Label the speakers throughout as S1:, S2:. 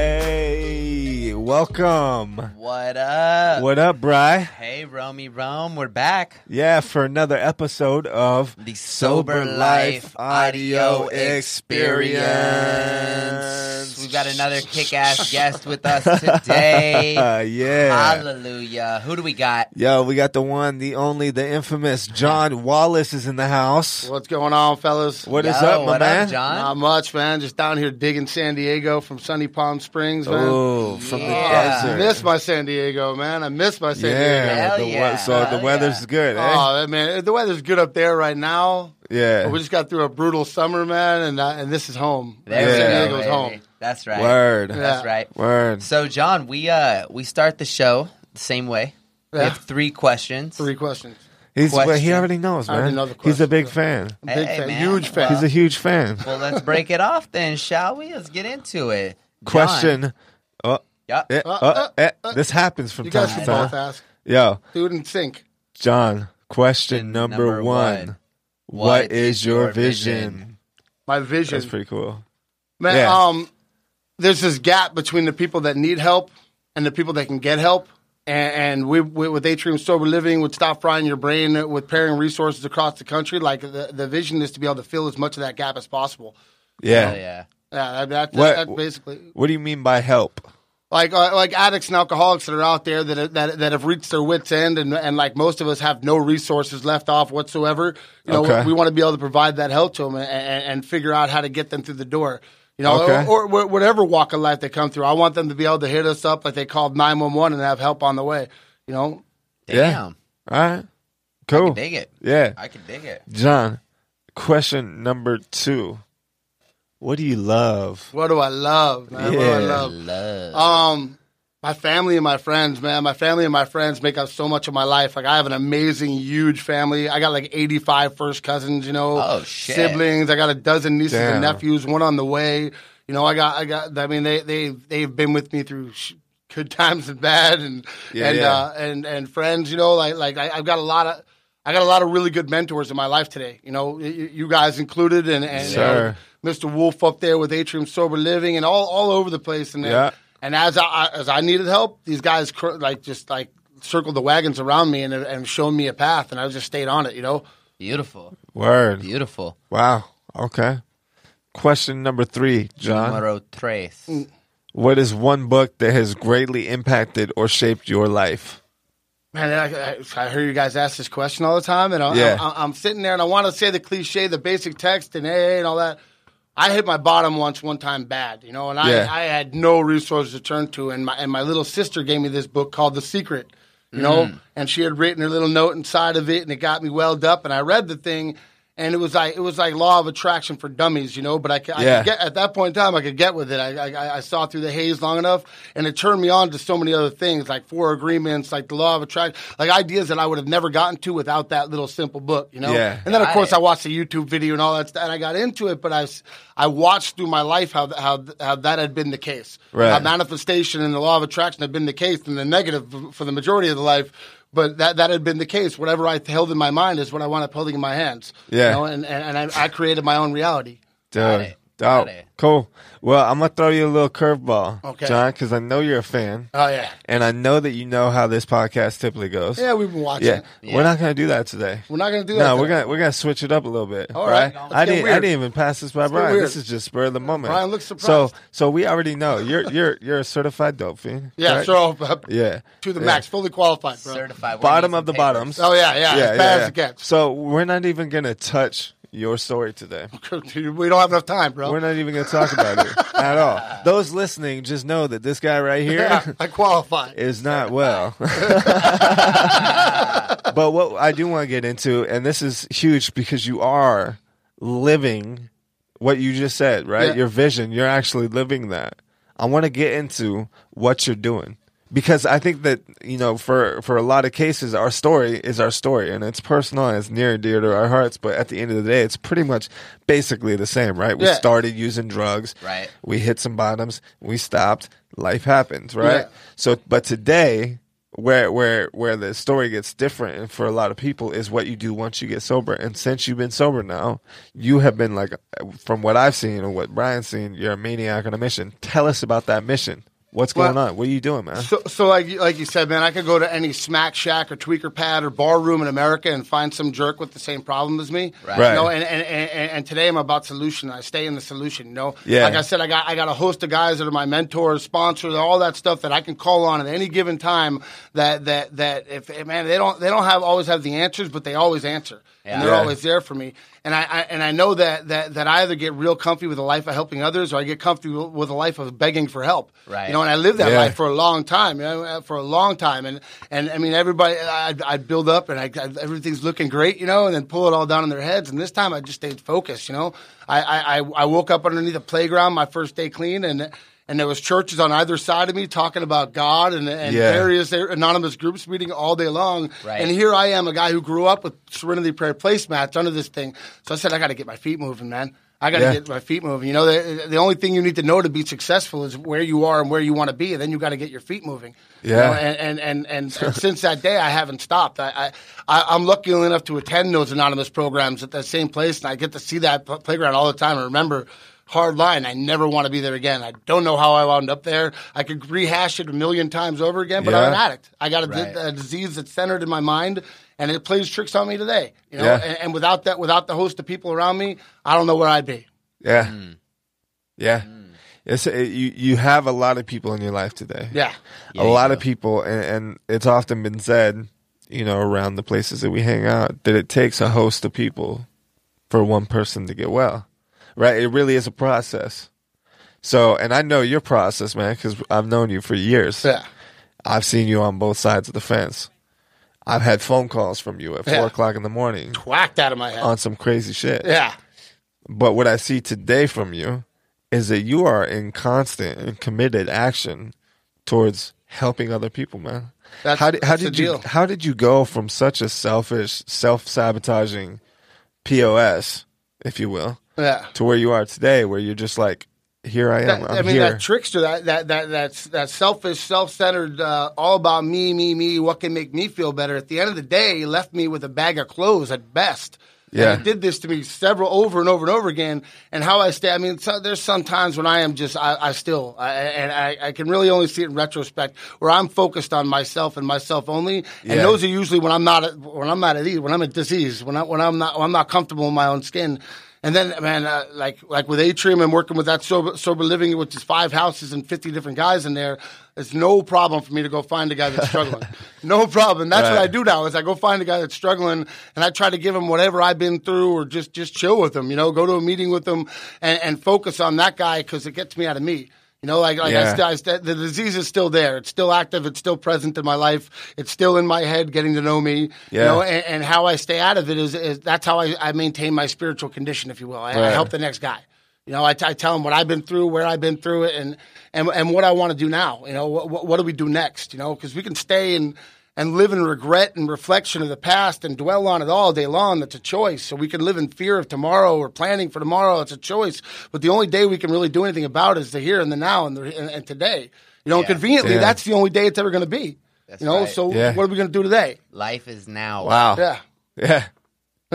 S1: Hey, welcome.
S2: What up?
S1: What up, Bry?
S2: Hey, Romy Rome, we're back.
S1: Yeah, for another episode of
S2: The Sober Life Audio Experience. We've got another kick-ass guest with us today.
S1: Uh, yeah.
S2: Hallelujah. Who do we got?
S1: Yo, we got the one, the only, the infamous John Wallace is in the house.
S3: What's going on, fellas?
S1: What is
S2: Yo,
S1: up, my
S2: what
S1: man?
S2: Up, John?
S3: Not much, man. Just down here digging San Diego from sunny Palm Springs, man.
S1: Oh, from
S2: Yeah.
S1: the
S3: I
S1: desert.
S3: miss my San Diego, man. I miss my San Diego.
S1: yeah,
S2: Hell
S1: the we-
S2: yeah.
S1: so the
S2: Hell
S1: weather's
S2: yeah.
S1: good, eh?
S3: Oh man, the weather's good up there right now.
S1: yeah.
S3: We just got through a brutal summer, man, and uh, and this is home.
S2: There
S1: Yeah.
S3: San
S2: we go.
S3: Diego's
S2: baby.
S3: home.
S2: That's right.
S1: Word.
S2: That's
S3: Yeah.
S2: right.
S1: Word.
S2: So, John, we uh we start the show the same way. We
S3: Yeah.
S2: have three questions.
S3: Three questions.
S1: He's, well, he
S2: question.
S1: already knows,
S3: I already
S1: man.
S3: know the
S1: He's a
S3: question.
S1: big fan.
S3: I'm a big
S2: Hey,
S3: fan,
S2: man.
S3: huge fan.
S1: He's a huge fan.
S2: Well, let's break it off then, shall we? Let's get into it. John.
S1: Question. Oh,
S2: Yeah.
S1: eh,
S3: Uh,
S1: oh,
S3: uh,
S1: eh, this happens from
S3: you
S1: time
S3: guys
S1: to
S3: should
S1: time.
S3: both ask.
S1: Yo,
S3: Dude in sync.
S1: John, question number,
S2: number
S1: one.
S2: one.
S1: what is your vision?
S3: My vision.
S1: That's pretty cool.
S3: Man,
S1: Yeah.
S3: um, there's this gap between the people that need help and the people that can get help. And, and we, we with Atrium Sober Living would stop frying your brain with pairing resources across the country. Like the, the vision is to be able to fill as much of that gap as possible.
S1: Yeah.
S2: Hell yeah.
S3: Yeah, that, that,
S1: What-
S3: that's basically
S1: What do you mean by help?
S3: like uh, like addicts and alcoholics that are out there that that that have reached their wits end and and like most of us have no resources left off whatsoever. You know,
S1: Okay.
S3: we, want to be able to provide that help to them and, and, and figure out how to get them through the door. You know,
S1: Okay.
S3: or, or wh- whatever walk of life they come through. I want them to be able to hit us up like they called nine one one and have help on the way. You know,
S2: Damn.
S1: All right. Cool.
S2: Dig it.
S1: Yeah.
S2: I can dig it.
S1: John, question number two. What do you love?
S3: what do I love? Man? What do I
S1: Yeah.
S3: love?
S2: Love.
S3: Um, my family and my friends, man. My family and my friends make up so much of my life. Like I have an amazing, huge family. I got like 85 first cousins, you know.
S2: Oh, shit.
S3: Siblings. I got a dozen nieces
S1: Damn.
S3: and nephews. One on the way. You know, I got, I got. I mean, they they they've been with me through. Sh- Good times and bad, and
S1: Yeah,
S3: and
S1: yeah.
S3: Uh, and and friends, you know, like like I, I've got a lot of, I got a lot of really good mentors in my life today. You know, you, you guys included, and and you know,
S1: Sure.
S3: Mr. Wolf up there with Atrium Sober Living, and all all over the place, and
S1: Yeah.
S3: and as I- I as I needed help, these guys cr- like just like circled the wagons around me and and showed me a path, and I just stayed on it. You know,
S2: Beautiful.
S1: Word.
S2: Beautiful.
S1: Wow. Okay. Question number three, John.
S2: Numero tres.
S1: What is one book that has greatly impacted or shaped your life?
S3: man. I, I, I hear you guys ask this question all the time, and I'm,
S1: Yeah.
S3: I'm, I'm sitting there and I want to say the cliche, the basic text, and AA and all that. I hit my bottom once, one time bad, you know, and I,
S1: Yeah.
S3: I had no resources to turn to, and my and my little sister gave me this book called The Secret, you know,
S1: Mm.
S3: and she had written her little note inside of it, and it got me welled up, and I read the thing. And it was like it was like law of attraction for dummies, you know. But I, ca- I
S1: Yeah.
S3: could get at that point in time, I could get with it. I, I I saw through the haze long enough, and it turned me on to so many other things, like four agreements, like the law of attraction, like ideas that I would have never gotten to without that little simple book, you know.
S1: Yeah.
S3: And then of
S2: Got
S3: course
S2: it.
S3: I watched the YouTube video and all that, stuff, and I got into it. But I s- I watched through my life how th- how th- how that had been the case.
S1: Right.
S3: How manifestation and the law of attraction had been the case, and the negative f- for the majority of the life. But that, that had been the case. Whatever I held in my mind is what I wound up holding in my hands.
S1: Yeah.
S3: You know, and and, and I, I created my own reality.
S2: Got
S1: Dude.
S2: it. Got
S1: dope.
S2: it.
S1: Cool. Well, I'm going to throw you a little curveball,
S3: Okay.
S1: John, because I know you're a fan.
S3: Oh yeah.
S1: And I know that you know how this podcast typically goes.
S3: Yeah, we've been watching.
S1: Yeah. We're not going to do that today.
S3: We're not gonna do that.
S1: No, we're
S3: today.
S1: gonna we're gonna switch it up a little bit.
S3: All right. Let's
S1: I
S3: get
S1: didn't I
S3: weird.
S1: didn't even pass this by
S3: get
S1: Brian.
S3: weird.
S1: This is just spur of the moment.
S3: Brian looks
S1: So
S3: surprised.
S1: so we already know you're you're you're a certified dope fiend.
S3: Yeah,
S1: correct?
S3: so
S1: Yeah.
S3: to the
S1: Yeah.
S3: max, fully qualified, bro.
S2: Certified. We
S1: Bottom
S2: need
S1: of the
S2: some papers.
S1: bottoms.
S3: Oh yeah, yeah,
S1: Yeah,
S3: as bad
S1: yeah,
S3: as
S1: yeah.
S3: it gets.
S1: So we're not even gonna touch your story today.
S3: we don't have enough time, bro.
S1: We're not even going to talk about it at all. Those listening, just know that this guy right here is
S3: Yeah, I qualify.
S1: not well. but what I do want to get into, and this is huge because you are living what you just said, right?
S3: Yeah.
S1: Your vision, you're actually living that. I want to get into what you're doing because I think that, you know, for, for a lot of cases, our story is our story and it's personal and it's near and dear to our hearts. But at the end of the day, it's pretty much basically the same, right? We
S3: Yeah.
S1: started using drugs.
S2: Right.
S1: We hit some bottoms. We stopped. Life happens, right?
S3: Yeah.
S1: So, but today, where where where the story gets different and for a lot of people is what you do once you get sober. And since you've been sober now, you have been like, from what I've seen and what Brian's seen, you're a maniac on a mission. Tell us about that mission. What's going
S3: Well-
S1: on? What are you doing, man?
S3: So, so like like you said, man, I could go to any smack shack or tweaker pad or bar room in America and find some jerk with the same problem as me.
S2: Right.
S1: Right.
S3: You know, and, and, and, and today I'm about solution. I stay in the solution. You know,
S1: Yeah.
S3: like I said, I got I got a host of guys that are my mentors, sponsors, all that stuff that I can call on at any given time. That that that if man, they don't they don't have always have the answers, but they always answer, and they're
S1: Yeah.
S3: always there for me. And I, I and I know that, that that I either get real comfy with a life of helping others, or I get comfy with a life of begging for help.
S2: Right.
S3: You know, and I live that
S1: Yeah.
S3: life for a long time, you know, uh, for a long time. And and I mean, everybody, I'd, I'd build up, and I, I, everything's looking great, you know, and then pull it all down in their heads. And this time, I just stayed focused, you know. I I, I I woke up underneath a playground my first day clean, and and there was churches on either side of me talking about God and and
S1: Yeah.
S3: various anonymous groups meeting all day long.
S2: Right.
S3: And here I am, a guy who grew up with Serenity Prayer placemats under this thing. So I said, I got to get my feet moving, man. I got to
S1: Yeah.
S3: get my feet moving. You know, the, the only thing you need to know to be successful is where you are and where you want to be, and then you got to get your feet moving. You
S1: Yeah.
S3: know, and and and, and, and since that day, I haven't stopped. I, I I- I'm lucky enough to attend those anonymous programs at that same place, and I get to see that pl- playground all the time. And remember. Hard line. I never want to be there again. I don't know how I wound up there. I could rehash it a million times over again, but I'm an
S1: Yeah.
S3: addict. I got a, di-
S2: Right.
S3: a disease that's centered in my mind, and it plays tricks on me today. You know,
S1: Yeah.
S3: and, and without that, without the host of people around me, I don't know where I'd be.
S1: Yeah, yeah. It's, it, you you have a lot of people in your life today.
S3: Yeah.
S2: Yeah,
S1: a
S2: you
S1: lot of
S2: do.
S1: people, and, and it's often been said, you know, around the places that we hang out, that it takes a host of people for one person to get well, right? It really is a process. So, and I know your process, man, because I've known you for years.
S3: Yeah.
S1: I've seen you on both sides of the fence. I've had phone calls from you at four
S3: Yeah.
S1: o'clock in the morning
S3: Whacked out of my head.
S1: on some crazy shit.
S3: yeah.
S1: But what I see today from you is that you are in constant and committed action towards helping other people, man.
S3: That's-
S1: how did, how
S3: that's the
S1: did you
S3: deal.
S1: how did you go from such a selfish, self sabotaging POS, if you will,
S3: Yeah.
S1: to where you are today, where you're just like, here I am,
S3: That-
S1: I'm
S3: I mean,
S1: here.
S3: that trickster, that that that that's that selfish, self-centered, uh, all about me, me, me. What can make me feel better? At the end of the day, left me with a bag of clothes at best.
S1: Yeah.
S3: and it did this to me several over and over and over again. And how I stay, I mean, so, there's some times when I am just, I, I still, I, and I, I can really only see it in retrospect, where I'm focused on myself and myself only. And
S1: Yeah.
S3: those are usually when I'm not, at, when I'm not at ease, when I'm at disease, when I, when I'm not, when I'm not comfortable in my own skin. And then, man, uh, like like with Atrium and working with that sober, sober living, which is five houses and fifty different guys in there, it's no problem for me to go find a guy that's struggling. no problem. That's what I
S1: Right.
S3: do now is I go find a guy that's struggling and I try to give him whatever I've been through, or just just chill with him. You know, go to a meeting with him and, and focus on that guy because it gets me out of me. You know, like, like I
S1: Yeah.
S3: st- I st- the disease is still there. It's still active. It's still present in my life. It's still in my head, getting to know me. You
S1: Yeah.
S3: know, and, and how I stay out of it is, is that's how I, I maintain my spiritual condition, if you will. I, I
S1: Right.
S3: help the next guy. You know, I, t- I tell him what I've been through, where I've been through it, and and, and what I want to do now. You know, what, what, what do we do next? You know, because we can stay and and live in regret and reflection of the past and dwell on it all day long. That's a choice. So we can live in fear of tomorrow or planning for tomorrow. It's a choice. But the only day we can really do anything about is the here and the now and the, and, and today. You know,
S2: Yeah.
S3: conveniently,
S1: Yeah.
S3: that's the only day it's ever going to be.
S2: That's
S3: you know,
S2: right.
S3: so
S1: Yeah.
S3: what are we going to do today?
S2: Life is now.
S1: wow.
S3: Yeah.
S1: Yeah.
S3: Yeah.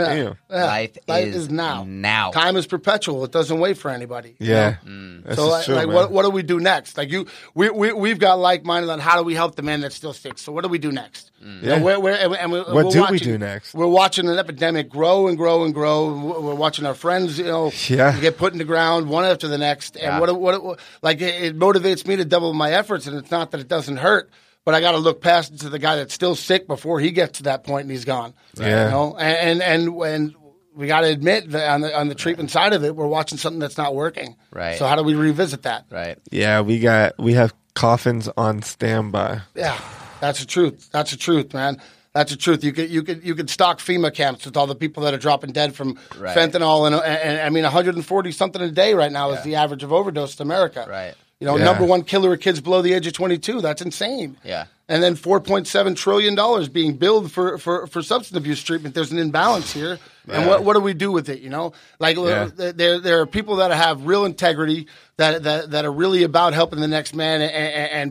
S1: Damn.
S3: Yeah.
S2: Life,
S3: Life is now.
S2: Now.
S3: Time is perpetual. It doesn't wait for anybody.
S1: Yeah. This
S3: So
S1: is
S3: like,
S1: true,
S3: like
S1: man.
S3: what, what do we do next? Like you, we, we, we've got like minded on how do we help the man that still sticks. So what do we do next?
S1: Mm. Yeah.
S3: And we're, we're, and we- and we- we're
S1: What do we
S3: watching-
S1: do next?
S3: We're watching an epidemic grow and grow and grow. We're we're watching our friends, you know,
S1: Yeah.
S3: get put in the ground one after the next. And
S2: Yeah.
S3: what, what, what, like it, it motivates me to double my efforts. And it's not that it doesn't hurt, but I got to look past to the guy that's still sick before he gets to that point and he's gone.
S1: Yeah.
S3: You know, and, and, and, and we got to admit that on the on the treatment side of it, we're watching something that's not working.
S2: Right.
S3: So how do we revisit that?
S2: Right.
S1: Yeah, we got we have coffins on standby.
S3: Yeah, that's the truth. That's the truth, man. That's the truth. You could you could you could stock FEMA camps with all the people that are dropping dead from
S2: Right.
S3: fentanyl, and, and, and I mean 140 something a day right now is the average of overdose in America.
S2: Right.
S3: You know,
S1: Yeah.
S3: number one killer of kids below the age of 22. That's insane.
S2: Yeah.
S3: And then 4.7 trillion dollars being billed for, for for substance abuse treatment. There's an imbalance here, and what what do we do with it? You know, like uh,
S1: Yeah.
S3: there there are people that have real integrity that that, that are really about helping the next man, and,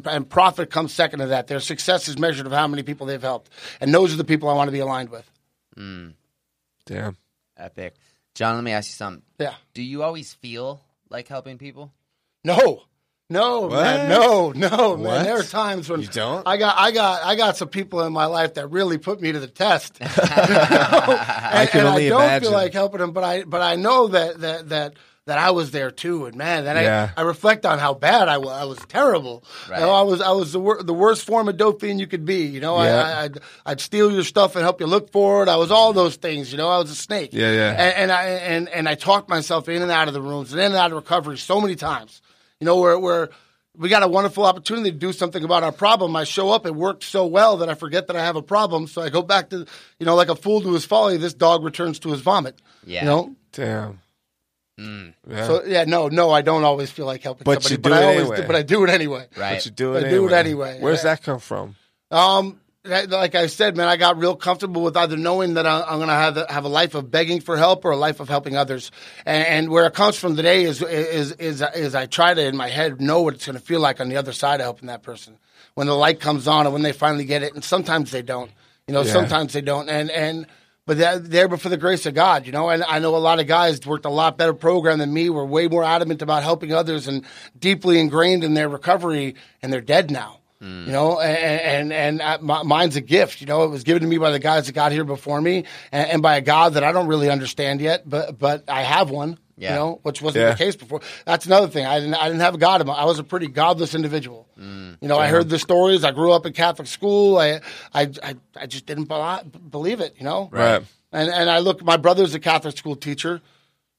S3: and and profit comes second to that. Their success is measured of how many people they've helped, and those are the people I want to be aligned with.
S1: Damn.
S2: Epic. John, let me ask you something.
S3: Yeah.
S2: Do you always feel like helping people?
S3: No. No, man, no, no, man.
S1: What?
S3: There are times when
S1: You don't?
S3: I got, I got, I got some people in my life that really put me to the test. You know? and,
S1: can
S3: and
S1: only
S3: I don't
S1: imagine.
S3: feel like helping them, but I, but I know that that that that I was there too. And man, then
S1: Yeah.
S3: I, I reflect on how bad I was. I was terrible. You know,
S2: Right.
S3: I was, I was the, wor- the worst form of dope fiend you could be. You know,
S1: Yeah.
S3: I, I, I'd, I'd steal your stuff and help you look for it. I was all those things. You know, I was a snake.
S1: Yeah, yeah.
S3: And- and, and I and and I talked myself in and out of the rooms and in and out of recovery so many times. You know, where where we got a wonderful opportunity to do something about our problem. I show up, it worked so well that I forget that I have a problem. So I go back to you know, like a fool to his folly, this dog returns to his vomit.
S2: Yeah.
S3: You know?
S1: Damn. Yeah.
S3: So yeah, no, no, I don't always feel like helping
S1: But
S3: somebody,
S1: you do
S3: but I
S1: it
S3: always
S1: anyway.
S3: do but I do it anyway.
S2: Right.
S1: but you do it,
S3: I
S1: anyway.
S3: do it anyway.
S1: Where's
S3: Yeah.
S1: that come from?
S3: Um, that- like I said, man, I got real comfortable with either knowing that I, I'm going to have a, have a life of begging for help or a life of helping others. And, and where it comes from today is is is is I try to in my head know what it's going to feel like on the other side of helping that person when the light comes on and when they finally get it. And sometimes they don't. You know,
S1: Yeah.
S3: sometimes they don't. And and but they're there but for the grace of God, you know. And I know a lot of guys worked a lot better program than me. Were way more adamant about helping others and deeply ingrained in their recovery, and they're dead now. You know, and and, and uh, my, mine's a gift. You know, it was given to me by the guys that got here before me, and, and by a God that I don't really understand yet, but but I have one.
S2: Yeah.
S3: You know, which wasn't
S1: Yeah.
S3: the case before. That's another thing. I didn't. I didn't have a God. In my, I was a pretty godless individual. you know, I heard the stories. I grew up in Catholic school. I, I, I, I just didn't bel- believe it. You know,
S1: Right.
S3: and and I look, my brother's a Catholic school teacher.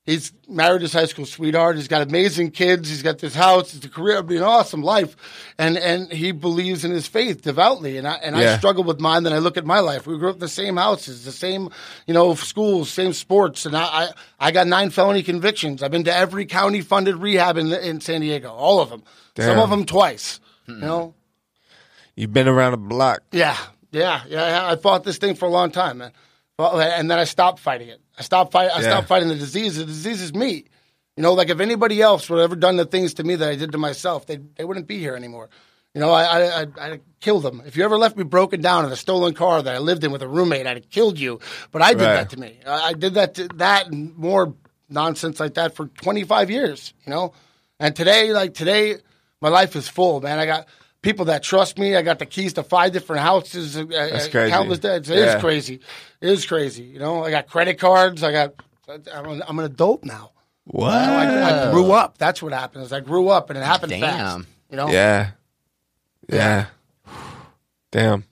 S3: He's married his high school sweetheart. He's got amazing kids. He's got this house. It's a career, it'd be an awesome life, and and he believes in his faith devoutly. And I and
S1: Yeah.
S3: I struggle with mine. Then I look at my life. We grew up in the same houses, the same you know schools, same sports, and I I, I got nine felony convictions. I've been to every county funded rehab in in San Diego, all of them. Some of
S1: Damn. Mm-hmm.
S3: them twice. You know,
S1: You've been around the block.
S3: yeah, yeah, yeah. I fought this thing for a long time, man. Well, and then I stopped fighting it. I stopped fight. I
S1: Yeah.
S3: stopped fighting the disease. The disease is me. You know, like if anybody else would have ever done the things to me that I did to myself, they they wouldn't be here anymore. You know, I I I I'd kill them. If you ever left me broken down in a stolen car that I lived in with a roommate, I'd have killed you. But I did
S1: Right.
S3: that to me. I, I did that to that and more nonsense like that for 25 years. You know, and today, like today, my life is full, man. I got people that trust me. I got the keys to five different houses. uh,
S1: That's
S3: uh,
S1: crazy.
S3: Countless days. It is
S1: Yeah.
S3: crazy. It is crazy. You know, I got credit cards. I got. I'm an, I'm an adult now.
S1: What?
S3: I, I grew up. That's what happened. Is I grew up, and it happened
S2: Damn.
S3: fast. You know.
S1: Yeah. Yeah. Damn.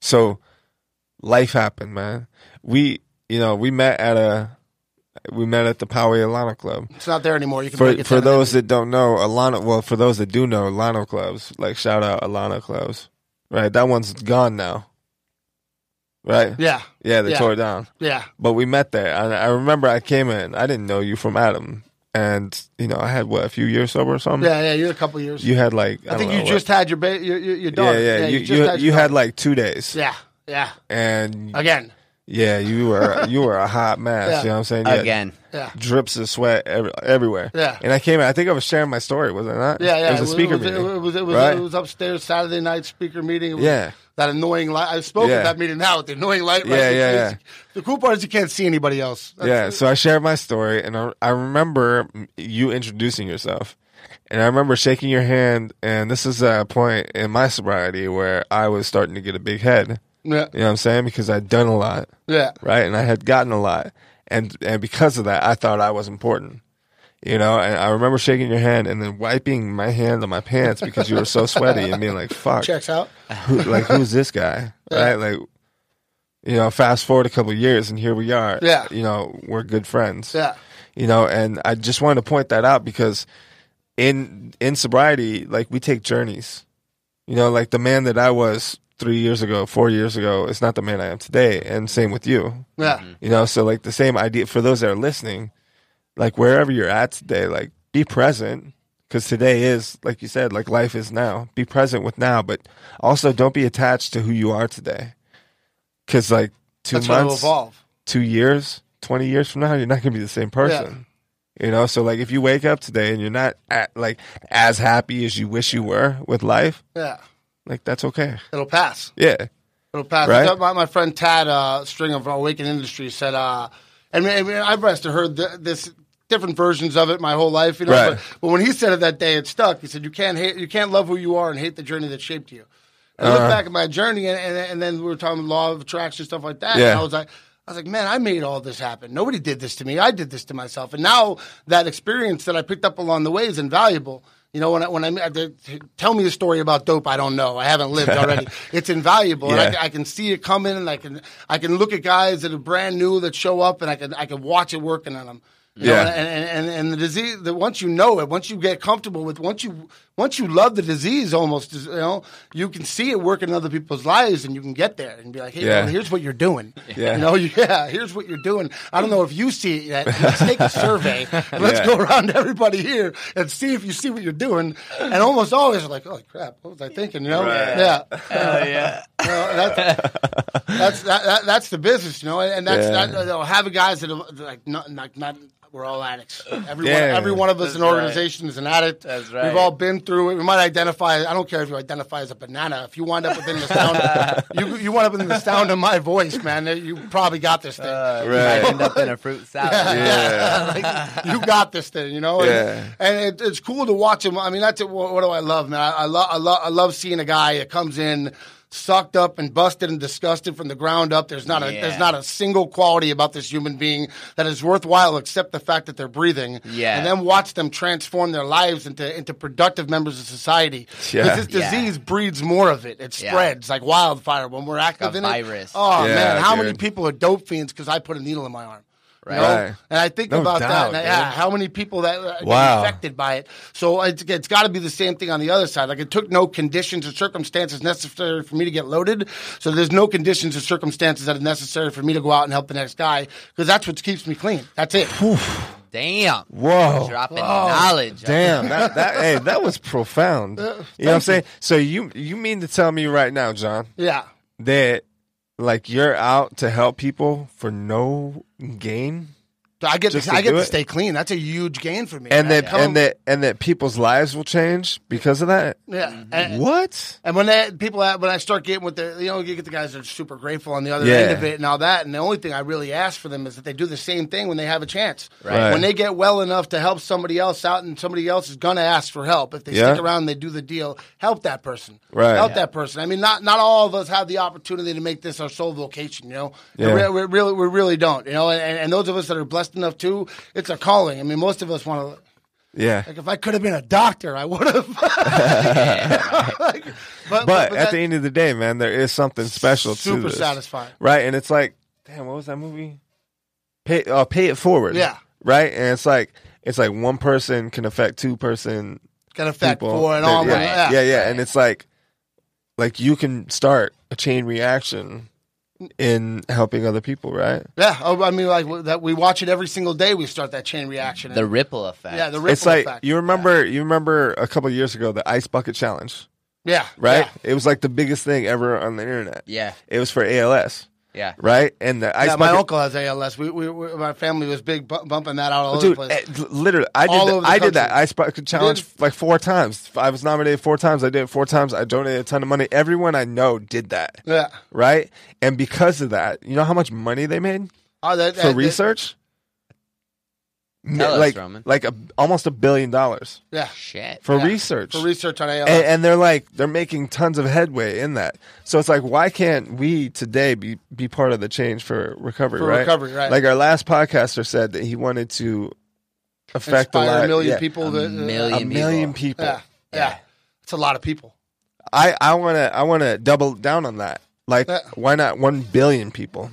S1: So life happened, man. We you know, we met at a we met at the Poway Alano Club.
S3: It's not there anymore. You can
S1: For
S3: make it
S1: for
S3: down.
S1: those that don't know, Alano well, for those that do know, Alano clubs, like shout out Alano clubs. Right? That one's gone now. Right?
S3: Yeah.
S1: Yeah, they
S3: Yeah.
S1: tore it down.
S3: Yeah.
S1: But we met there, and I remember I came in. I didn't know you from Adam, and you know I had what a few years sober or something.
S3: Yeah. Yeah. You're a couple years.
S1: Um, You had like I,
S3: I think
S1: don't
S3: you
S1: know,
S3: just
S1: what-
S3: had your ba- your, your, your daughter.
S1: yeah, yeah. you
S3: you, just
S1: you,
S3: had,
S1: you,
S3: your
S1: had
S3: daughter.
S1: like two days,
S3: Yeah. Yeah.
S1: and
S3: Again.
S1: yeah, you were you were a hot mess.
S3: Yeah.
S1: You know what I'm saying? You had
S2: Again.
S3: Yeah.
S1: drips of sweat every, everywhere.
S3: Yeah.
S1: and I came in. I think I was sharing my story, was I not?
S3: Yeah, yeah.
S1: It was a speaker
S3: it was,
S1: meeting.
S3: It was, it was,
S1: right?
S3: it was upstairs Saturday night speaker meeting. It was
S1: Yeah.
S3: That annoying light. I spoke
S1: Yeah.
S3: at that meeting now with the annoying light.
S1: Yeah,
S3: right?
S1: yeah,
S3: It's-
S1: yeah.
S3: The cool part is you can't see anybody else. That's
S1: yeah,
S3: it.
S1: so I shared my story, and I, I remember you introducing yourself, and I remember shaking your hand. And this is a point in my sobriety where I was starting to get a big head.
S3: Yeah.
S1: You know what I'm saying? Because I'd done a lot,
S3: Yeah.
S1: right? And I had gotten a lot, and and because of that, I thought I was important. You know, and I remember shaking your hand and then wiping my hand on my pants because you were so sweaty and being like, "Fuck,
S3: Checks out.
S1: who, like who's this guy?" Right? Like, You know, fast forward a couple of years, and here we are.
S3: Yeah.
S1: You know, we're good friends.
S3: Yeah.
S1: You know, and I just wanted to point that out because in in sobriety, like we take journeys. You know, like the man that I was three years ago, four years ago, is not the man I am today. And same with you.
S3: Yeah.
S1: You know, so like the same idea for those that are listening, like wherever you're at today, like be present because today is, like you said, like life is now. Be present with now, but also don't be attached to who you are today. Because like two
S3: That's going to
S1: months,
S3: evolve.
S1: two years, 20 years from now, you're not going to be the same person. You know, so like if you wake up today and you're not at, like as happy as you wish you were with life,
S3: Yeah.
S1: like that's okay.
S3: It'll pass.
S1: Yeah.
S3: It'll pass.
S1: Right?
S3: My, my friend Tad uh, String of Awakened Industries said, uh, and, I mean, I've must have heard th- this different versions of it my whole life, you know.
S1: Right.
S3: But, but when he said it that day, it stuck. He said, "You can't hate, you can't love who you are and hate the journey that shaped you." And I
S1: Uh-huh.
S3: look back at my journey, and, and, and then we were talking law of attraction stuff like that.
S1: Yeah.
S3: And I was like. I was like, man, I made all this happen. Nobody did this to me. I did this to myself. And now that experience that I picked up along the way is invaluable. You know, when I, when I, they tell me a story about dope, I don't know. I haven't lived already. it's invaluable. And I
S1: Yeah.
S3: can- I can see it coming, and I can I can look at guys that are brand new that show up, and I can I can watch it working on them.
S1: Yeah.
S3: and, and, and and the disease that once you know it, once you get comfortable with, once you once you love the disease, almost you know, you can see it working in other people's lives, and you can get there and be like, hey,
S1: Yeah.
S3: man, here's what you're doing.
S1: Yeah.
S3: You know, yeah, here's what you're doing. I don't know if you see it yet. Let's take a survey and let's
S1: Yeah.
S3: go around to everybody here and see if you see what you're doing. And almost always like, oh crap, what was I thinking? You know, yeah.
S2: yeah.
S3: Well, that's that's that, that, that's the business, you know, and that's
S1: Yeah.
S3: that, you know, having guys that are like not not, not we're all addicts. Every
S1: Yeah.
S3: one, every one of us
S2: That's
S3: in an organization is an addict.
S2: That's right.
S3: We've all been through it. We might identify. I don't care if you identify as a banana. If you wind up within the sound, you you wind up within the sound of my voice, man. You probably got this thing.
S2: Uh,
S1: Right.
S2: End up in a fruit salad.
S1: Yeah.
S3: Like, you got this thing, you know. And,
S1: Yeah.
S3: and it, it's cool to watch him. I mean, that's it, what, what do I love, man? I, I love, I love, I love seeing a guy that comes in sucked up and busted and disgusted from the ground up. There's not a,
S2: Yeah.
S3: there's not a single quality about this human being that is worthwhile except the fact that they're breathing.
S2: Yeah.
S3: and then watch them transform their lives into into productive members of society. 'Cause
S1: Yeah.
S3: this
S2: Yeah.
S3: disease breeds more of it. It
S2: Yeah.
S3: spreads like wildfire when we're active in
S2: virus.
S3: it. Oh
S1: Yeah,
S3: man, how many
S1: dude.
S3: people are dope fiends because I put a needle in my arm? You
S2: Right.
S3: know?
S1: Right.
S3: And I think
S1: No
S3: about
S1: doubt,
S3: that. and, yeah,
S1: dude.
S3: how many people that uh,
S1: Wow.
S3: get affected by it? So uh, it's, it's got to be the same thing on the other side. Like it took no conditions or circumstances necessary for me to get loaded. So there's no conditions or circumstances that are necessary for me to go out and help the next guy because that's what keeps me clean. That's it.
S2: Damn.
S1: Whoa.
S2: Dropping knowledge.
S1: Damn, that, that hey, that was profound. You know what I'm saying? So you you mean to tell me right now, John,
S3: yeah.
S1: that like you're out to help people for no gain?
S3: So I get
S1: Just
S3: to,
S1: to
S3: I get
S1: do
S3: to
S1: it?
S3: stay clean. That's a huge gain for me.
S1: And
S3: man.
S1: that
S3: Come-
S1: and that and that people's lives will change because of that?
S3: yeah. And-
S1: What?
S3: And when that people when I start getting with the you know you get the guys that are super grateful on the other
S1: Yeah.
S3: end of it and all that, and the only thing I really ask for them is that they do the same thing when they have a chance.
S1: Right.
S3: When they get well enough to help somebody else out, and somebody else is gonna ask for help if they
S1: Yeah.
S3: stick around, and they do the deal. Help that person.
S1: Right.
S3: Help
S1: Yeah.
S3: that person. I mean, not not all of us have the opportunity to make this our sole vocation. You know.
S1: Yeah.
S3: We, we really we really don't. You know. And, and those of us that are blessed enough too, it's a calling. I mean, most of us want to.
S1: Yeah.
S3: Like if I could have been a doctor, I would have. Like, but
S1: But at
S3: that-
S1: the end of the day, man, there is something special to
S3: super
S1: this.
S3: satisfying.
S1: Right? And it's like, damn, what was that movie? Pay uh, pay it forward.
S3: Yeah.
S1: Right? And it's like it's like one person can affect two person
S3: can affect
S1: people
S3: four and
S1: that-
S3: all.
S1: yeah,
S3: Yeah.
S1: yeah, yeah. And it's like, like you can start a chain reaction in helping other people, right?
S3: Yeah, Oh, I mean, like w- that. We watch it every single day. We start that chain reaction.
S2: The ripple effect.
S3: yeah, the ripple
S1: it's like
S3: effect.
S1: you remember, you remember a couple years ago the ice bucket challenge,
S3: yeah,
S1: right?
S3: yeah.
S1: It was like the biggest thing ever on the internet.
S2: Yeah.
S1: It was for ALS,
S2: Yeah.
S1: right? And the ice
S3: Yeah, my
S1: bucket.
S3: uncle has ALS. We, we, we my family was big bu- bumping that out all over the
S1: Dude,
S3: place.
S1: eh, l- literally, I did.
S3: All
S1: the-
S3: over the
S1: I did that
S3: country.
S1: ice bucket challenge like four times. I was nominated four times. I did it four times. I donated a ton of money. Everyone I know did that,
S3: yeah,
S1: right? And because of that, you know how much money they made?
S3: oh, that,
S1: for research? N-
S2: Tell us,
S1: like,
S2: Roman.
S1: like a, almost a billion dollars
S3: yeah,
S2: Shit.
S1: for
S3: Yeah,
S1: research.
S3: for research on ALS.
S1: and, and they're like they're making tons of headway in that. So it's like, why can't we today be be part of the change for recovery?
S3: For
S1: right?
S3: recovery, right.
S1: Like our last podcaster said that he wanted to affect a,
S3: Inspire
S1: lot,
S3: a million
S1: yeah,
S3: people. that- uh,
S2: A million.
S1: a million people.
S3: Yeah, yeah, it's a lot of people.
S1: I I want to I want to double down on that. Like,
S3: Uh,
S1: why not one billion people?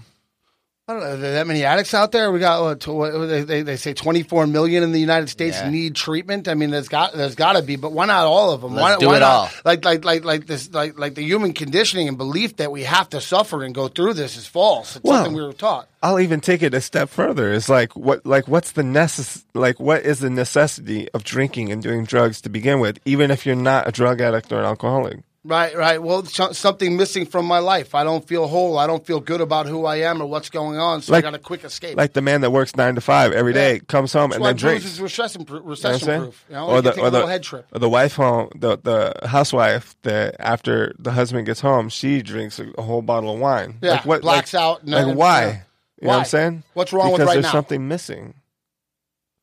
S3: I don't know. Are there that many addicts out there? We got what, tw- what they, they, they say 24 million in the United States
S2: Yeah.
S3: need treatment. I mean, there's got there's got to be, but why not all of them? why,
S2: Let's do
S3: why
S2: it
S3: not,
S2: all.
S3: Like like like like this like like the human conditioning and belief that we have to suffer and go through this is false. It's
S1: Well-
S3: something we were taught.
S1: I'll even take it a step further. It's like what like what's the necess- like what is the necessity of drinking and doing drugs to begin with, even if you're not a drug addict or an alcoholic?
S3: Right, right. Well, so, something missing from my life. I don't feel whole. I don't feel good about who I am or what's going on. So
S1: Like-
S3: I got a quick escape.
S1: Like the man that works nine to five every day, comes home
S3: That's
S1: and
S3: why
S1: then drinks.
S3: booze is recession, pro-
S1: You know what I'm
S3: recession
S1: saying?
S3: proof. You know, or the, take a little head trip.
S1: or the wife home, the the housewife that after the husband gets home, she drinks a, a whole bottle of wine.
S3: Yeah,
S1: like what,
S3: blacks
S1: like,
S3: out, no-
S1: like why?
S3: yeah.
S1: You know what
S3: Why?
S1: I'm saying?
S3: What's wrong with
S1: because
S3: right
S1: there's
S3: now?
S1: something missing,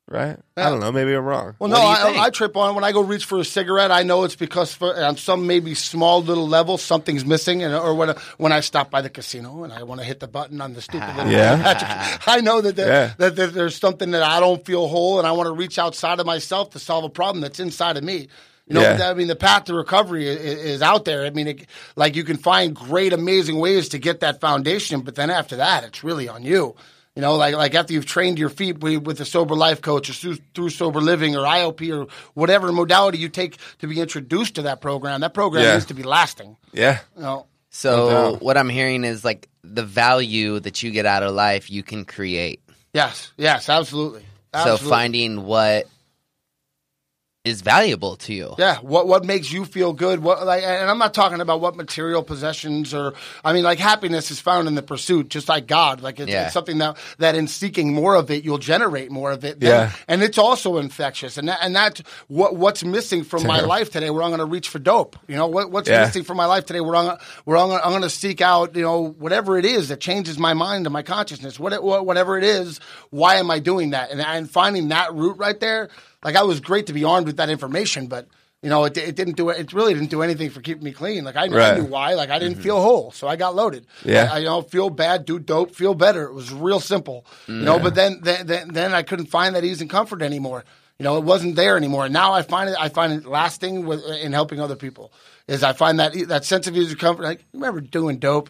S1: right?
S3: Yeah.
S1: I don't know. Maybe I'm wrong.
S3: Well,
S2: What do you
S3: no,
S2: think?
S3: I, I trip on it. when I go reach for a cigarette. I know it's because for, on some maybe small little level something's missing, and or when when I stop by the casino and I want to hit the button on the stupid little
S1: Yeah.
S3: magic, I know that there,
S1: Yeah.
S3: that, that there's something that I don't feel whole, and I want to reach outside of myself to solve a problem that's inside of me. You know,
S1: Yeah.
S3: that- I mean, the path to recovery is, is out there. I mean, it, like you can find great, amazing ways to get that foundation, but then after that, it's really on you. You know, like like after you've trained your feet wi- with a sober life coach or through, through sober living or IOP or whatever modality you take to be introduced to that program, that program
S1: Yeah.
S3: needs to be lasting.
S1: yeah,
S3: You know,
S1: No
S2: So
S1: doubt.
S2: what I'm hearing is like the value that you get out of life, you can create.
S3: yes, yes, absolutely.
S2: So
S3: Absolutely.
S2: finding what is valuable to you.
S3: Yeah, what what makes you feel good? What like, and I'm not talking about what material possessions or I mean, like happiness is found in the pursuit, just like God. Like it's,
S2: Yeah.
S3: it's something that that in seeking more of it, you'll generate more of it.
S1: Yeah.
S3: and it's also infectious, and that, and that's what what's missing from my life today. Where I'm going to reach for dope. You know what what's
S1: Yeah.
S3: missing from my life today? Where I'm where I'm, I'm going to seek out you know whatever it is that changes my mind and my consciousness. What, it- what whatever it is, why am I doing that? And and finding that root right there. Like I was great to be armed with that information, but you know, it, it didn't do it. really didn't do anything for keeping me clean. Like I, knew- I
S1: Right.
S3: knew why. Like I didn't feel whole, so I got loaded.
S1: Yeah.
S3: I, I, you know, feel bad, do dope, feel better. It was real simple. You know, but then, then then then I couldn't find that ease and comfort anymore. You know, it wasn't there anymore. And now I find it. I find it lasting with, in helping other people. Is I find that e, that sense of ease and comfort. Like you remember doing dope,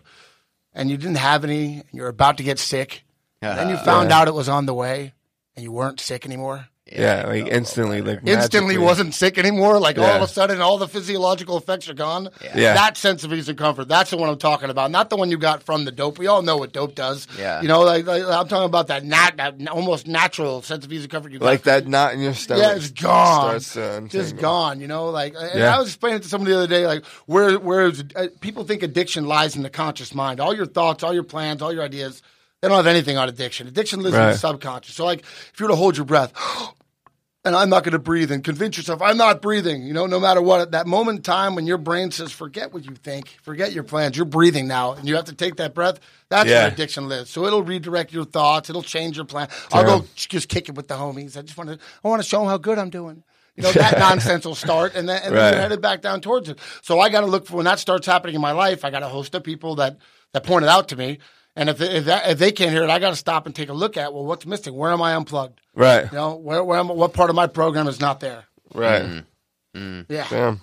S3: and you didn't have any. and You're about to get sick, and
S2: Uh,
S3: then you
S2: Uh-huh.
S3: found out it was on the way, and you weren't sick anymore
S1: yeah, like instantly, like
S3: instantly
S1: magically.
S3: wasn't sick anymore. Like all of
S1: Yeah.
S3: a sudden, all the physiological effects are gone.
S1: Yeah.
S3: That sense of ease and comfort. That's the one I'm talking about. Not the one you got from the dope. We all know what dope does.
S2: Yeah.
S3: You know, like, like I'm talking about that nat- that almost natural sense of ease and comfort you got.
S1: like that knot in your stomach.
S3: yeah, it's gone.
S1: Starts to
S3: Just
S1: untangle.
S3: gone, you know. Like, and
S1: Yeah.
S3: I was explaining to somebody the other day, like, where where is, uh, people think addiction lies in the conscious mind. All your thoughts, all your plans, all your ideas, they don't have anything on addiction. Addiction lives in the
S1: Right.
S3: subconscious. So, like, if you were to hold your breath, and I'm not going to breathe and convince yourself I'm not breathing, you know, no matter what. At that moment in time when your brain says, forget what you think, forget your plans, you're breathing now and you have to take that breath, that's
S1: Yeah.
S3: where addiction lives. So it'll redirect your thoughts, it'll change your plan. I'll go
S1: Damn.
S3: just kick it with the homies. I just want to, I want to show them how good I'm doing. You know, that nonsense will start and then, and then
S1: Right.
S3: you're headed back down towards it. So I got to look for when that starts happening in my life, I got a host of people that, that point it out to me. And if, if, that, if they can't hear it, I got to stop and take a look at, well, what's missing? Where am I unplugged?
S1: Right,
S3: You know, where, where am, what part of my program is not there?
S1: right.
S3: Yeah.
S1: Mm. Damn.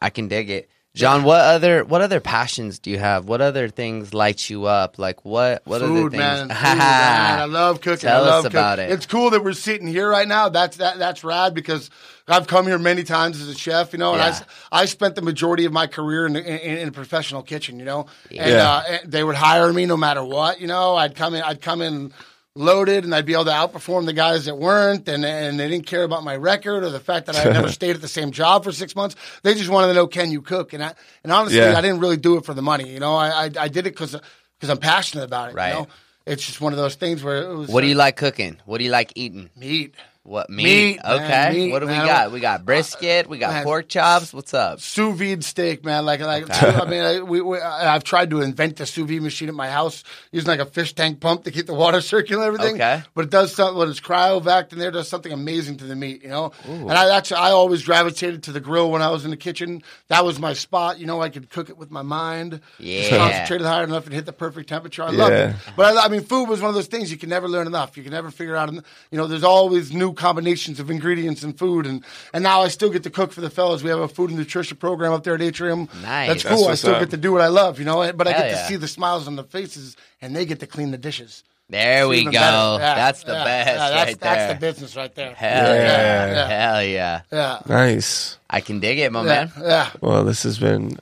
S2: I can dig it. John, what other what other passions do you have? What other things light you up? Like what what other
S3: Food,
S2: things?
S3: man. Food, man. I love cooking.
S2: Tell
S3: I love
S2: us about
S3: cooking.
S2: it.
S3: It's cool that we're sitting here right now. That's that, that's rad because I've come here many times as a chef, you know, and I
S2: Yeah.
S3: s- I, spent the majority of my career in, in, in a professional kitchen, you know, and
S1: Yeah.
S3: uh, and they would hire me no matter what, you know. I'd come in, I'd come in loaded, and I'd be able to outperform the guys that weren't, and and they didn't care about my record or the fact that I had never stayed at the same job for six months. They just wanted to know can you cook, and I and honestly,
S1: Yeah.
S3: I didn't really do it for the money, you know. I I, I did it because because I'm passionate about it,
S2: Right.
S3: You know? It's just one of those things where it was.
S2: What do you
S3: uh,
S2: like cooking? What do you like eating?
S3: meat?
S2: What meat?
S3: Meat, man,
S2: okay.
S3: meat,
S2: what do we
S3: man.
S2: got? We got brisket. We got
S3: man.
S2: pork chops. What's up?
S3: Sous vide steak, man. Like, like I mean, I, we, we, I- I've tried to invent the sous vide machine at my house using like a fish tank pump to keep the water circulating, and everything.
S2: Okay.
S3: but it does something when it's cryovac in there, it does something amazing to the meat, you know. And I actually, I always gravitated to the grill when I was in the kitchen. That was my spot, you know. I could cook it with my mind, just
S2: Yeah.
S3: concentrated high enough and hit the perfect temperature. I loved
S1: Yeah.
S3: it. But I, I mean, food was one of those things you can never learn enough. You can never figure out. en- You know, there's always new new combinations of ingredients and food, and and now I still get to cook for the fellas. We have a food and nutrition program up there at Atrium.
S2: Nice.
S3: that's
S2: That's
S3: cool. I
S1: what's
S3: still
S1: up.
S3: get to do what I love, you know. But I
S2: Hell
S3: get
S2: yeah.
S3: to see the smiles on the faces, and they get to clean the dishes.
S2: There we go.
S3: Even better. Yeah,
S2: that's the
S3: yeah,
S2: best
S3: yeah, that's,
S2: right
S3: that's
S2: there.
S3: the business right there.
S2: Hell yeah.
S3: yeah, yeah.
S2: Hell yeah.
S3: yeah.
S1: Nice.
S2: I can dig it, my
S3: Yeah,
S2: man.
S3: yeah.
S1: Well, this has been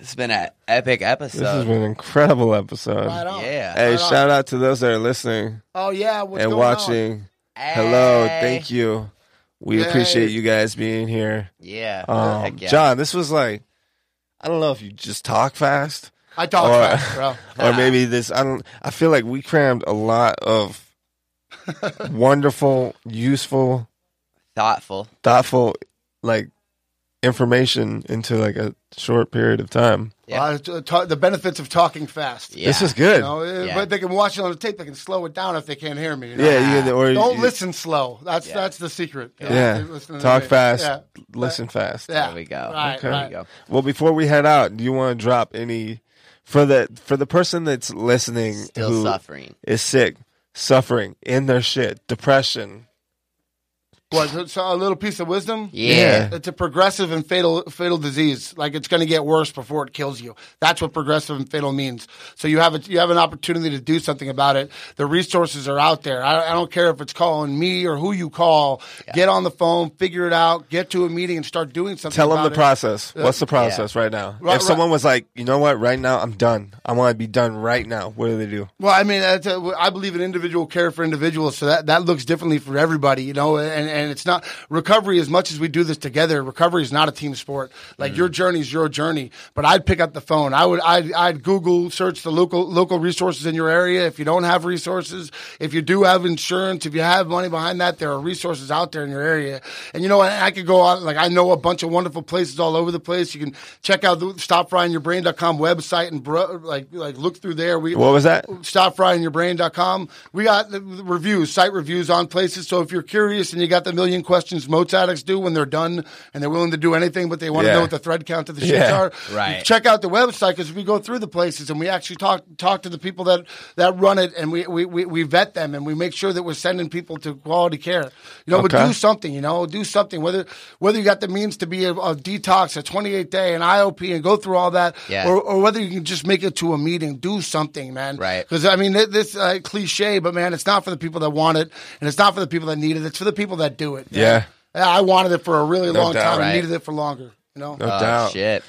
S2: It's been an epic
S1: this has
S2: episode.
S1: been an incredible episode.
S3: Right on.
S2: Yeah.
S1: Hey,
S3: Right on.
S1: shout out to those that are listening
S3: Oh yeah, what's
S1: and
S3: going on?
S1: watching. Hello,
S2: Hey.
S1: thank you. We
S3: Yay.
S1: appreciate you guys being here.
S2: Yeah.
S1: Um,
S2: Heck yeah.
S1: John, this was like I don't know if you just talk fast
S3: I talk
S1: Or-
S3: fast, bro.
S1: or maybe this I don't I feel like we crammed a lot of wonderful, useful,
S2: Thoughtful.
S1: thoughtful like information into like a short period of time.
S2: Yeah.
S3: Uh, t- t- the benefits of talking fast.
S2: Yeah.
S1: This was good.
S3: You know, uh,
S2: Yeah.
S3: But they can watch it on the tape. They can slow it down if they can't hear me. you know?
S1: yeah, you can, or
S3: Don't
S1: you-
S3: listen slow. That's that's the secret. You know,
S1: Yeah.
S3: listen to
S1: Talk
S3: me.
S1: fast,
S3: Yeah.
S1: listen fast.
S3: Yeah.
S2: There we go.
S3: Right,
S1: Okay.
S3: right.
S2: There
S1: Well, before we head out, do you want to drop any for the for the person that's listening
S2: we go. Still
S1: who
S2: suffering.
S1: is sick, suffering in their shit, depression?
S3: What, so a little piece of wisdom.
S2: Yeah.
S3: It's a progressive and fatal fatal disease. Like it's going to get worse before it kills you. That's what progressive and fatal means. So you have a, you have an opportunity to do something about it. The resources are out there. I, I don't care if it's calling me or who you call. Get on the phone, figure it out, get to a meeting, and start doing something.
S1: Tell them
S3: about
S1: the
S3: it.
S1: process. What's the process right now?
S3: Right,
S1: if someone was like, you know what, right now I'm done. I want to be done right now. What do they do?
S3: Well, I mean, that's a, I believe in individual care for individuals, so that, that looks differently for everybody, you know. And, and it's not recovery as much as we do this together. Recovery is not a team sport. Like your journey is your journey. But I'd pick up the phone. I would. I'd, I'd Google search the local local resources in your area. If you don't have resources, if you do have insurance, if you have money behind that, there are resources out there in your area. And you know, and I could go on. Like I know a bunch of wonderful places all over the place. You can check out the stopfryingyourbrain.com website and bro, like like look through there. We
S1: What was that?
S3: stopfryingyourbrain.com. We got the the reviews, site reviews on places. So if you're curious and you got the million questions most addicts do when they're done and they're willing to do anything, but they want to
S1: Yeah.
S3: know what the thread count of the shits
S1: Yeah.
S3: are,
S2: Right.
S3: check out the website because we go through the places and we actually talk talk to the people that, that run it and we, we, we, we vet them and we make sure that we're sending people to quality care. You know, but
S1: Okay.
S3: do something, you know, do something. Whether whether you got the means to be a, a detox, a 28 day, an IOP, and go through all that,
S2: Yeah.
S3: or, or whether you can just make it to a meeting, do something, man.
S2: Right.
S3: Because I mean, th- this uh, cliche, but man, it's not for the people that want it, and it's not for the people that need it. It's for the people that do it. man.
S1: Yeah.
S3: Yeah, I wanted it for a really long
S1: doubt.
S3: time. I
S2: Right.
S3: needed it for longer. You know.
S1: No
S2: Oh,
S1: doubt.
S2: shit.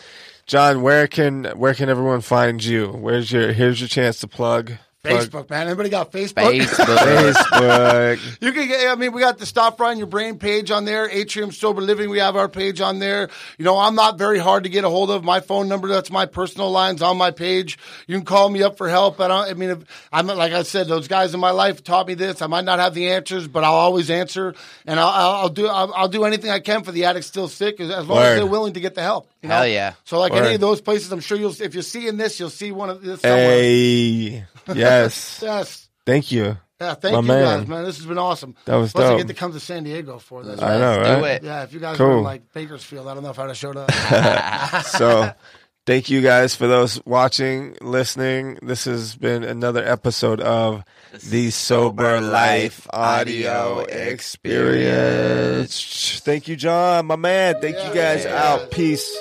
S1: John, where can where can everyone find you? Where's your here's your chance to plug. plug
S3: Facebook, man. Everybody got Facebook?
S2: Facebook.
S1: Facebook.
S3: You can get, I mean, we got the Stop Frying Your Brain page on there, Atrium Sober Living, we have our page on there. You know, I'm not very hard to get a hold of. My phone number, that's my personal lines on my page. You can call me up for help. I don't, I mean, if, I'm, like I said, those guys in my life taught me this. I might not have the answers, but I'll always answer and I'll, I'll, I'll do, I'll, I'll do anything I can for the addict still sick as, as long as
S1: Word.
S3: they're willing to get the help. You know?
S2: Hell yeah.
S3: So like
S1: Word.
S3: any of those places, I'm sure you'll, if you're seeing this, you'll see one of this. somewhere.
S1: hey. Yes.
S3: Yes.
S1: Thank you.
S3: Yeah, thank
S1: My
S3: you
S1: man.
S3: guys, man. This has been awesome.
S1: That was
S3: Plus, I
S1: dope.
S3: get to come to San Diego for this.
S1: I know,
S2: do
S1: right?
S2: it.
S3: Yeah, if you guys were
S1: Cool.
S3: in, like Bakersfield, I don't know if I'd have showed up.
S1: So thank you guys for those watching, listening. This has been another episode of the Sober Life Audio Experience. Thank you, John, my man. Thank you guys out. Peace.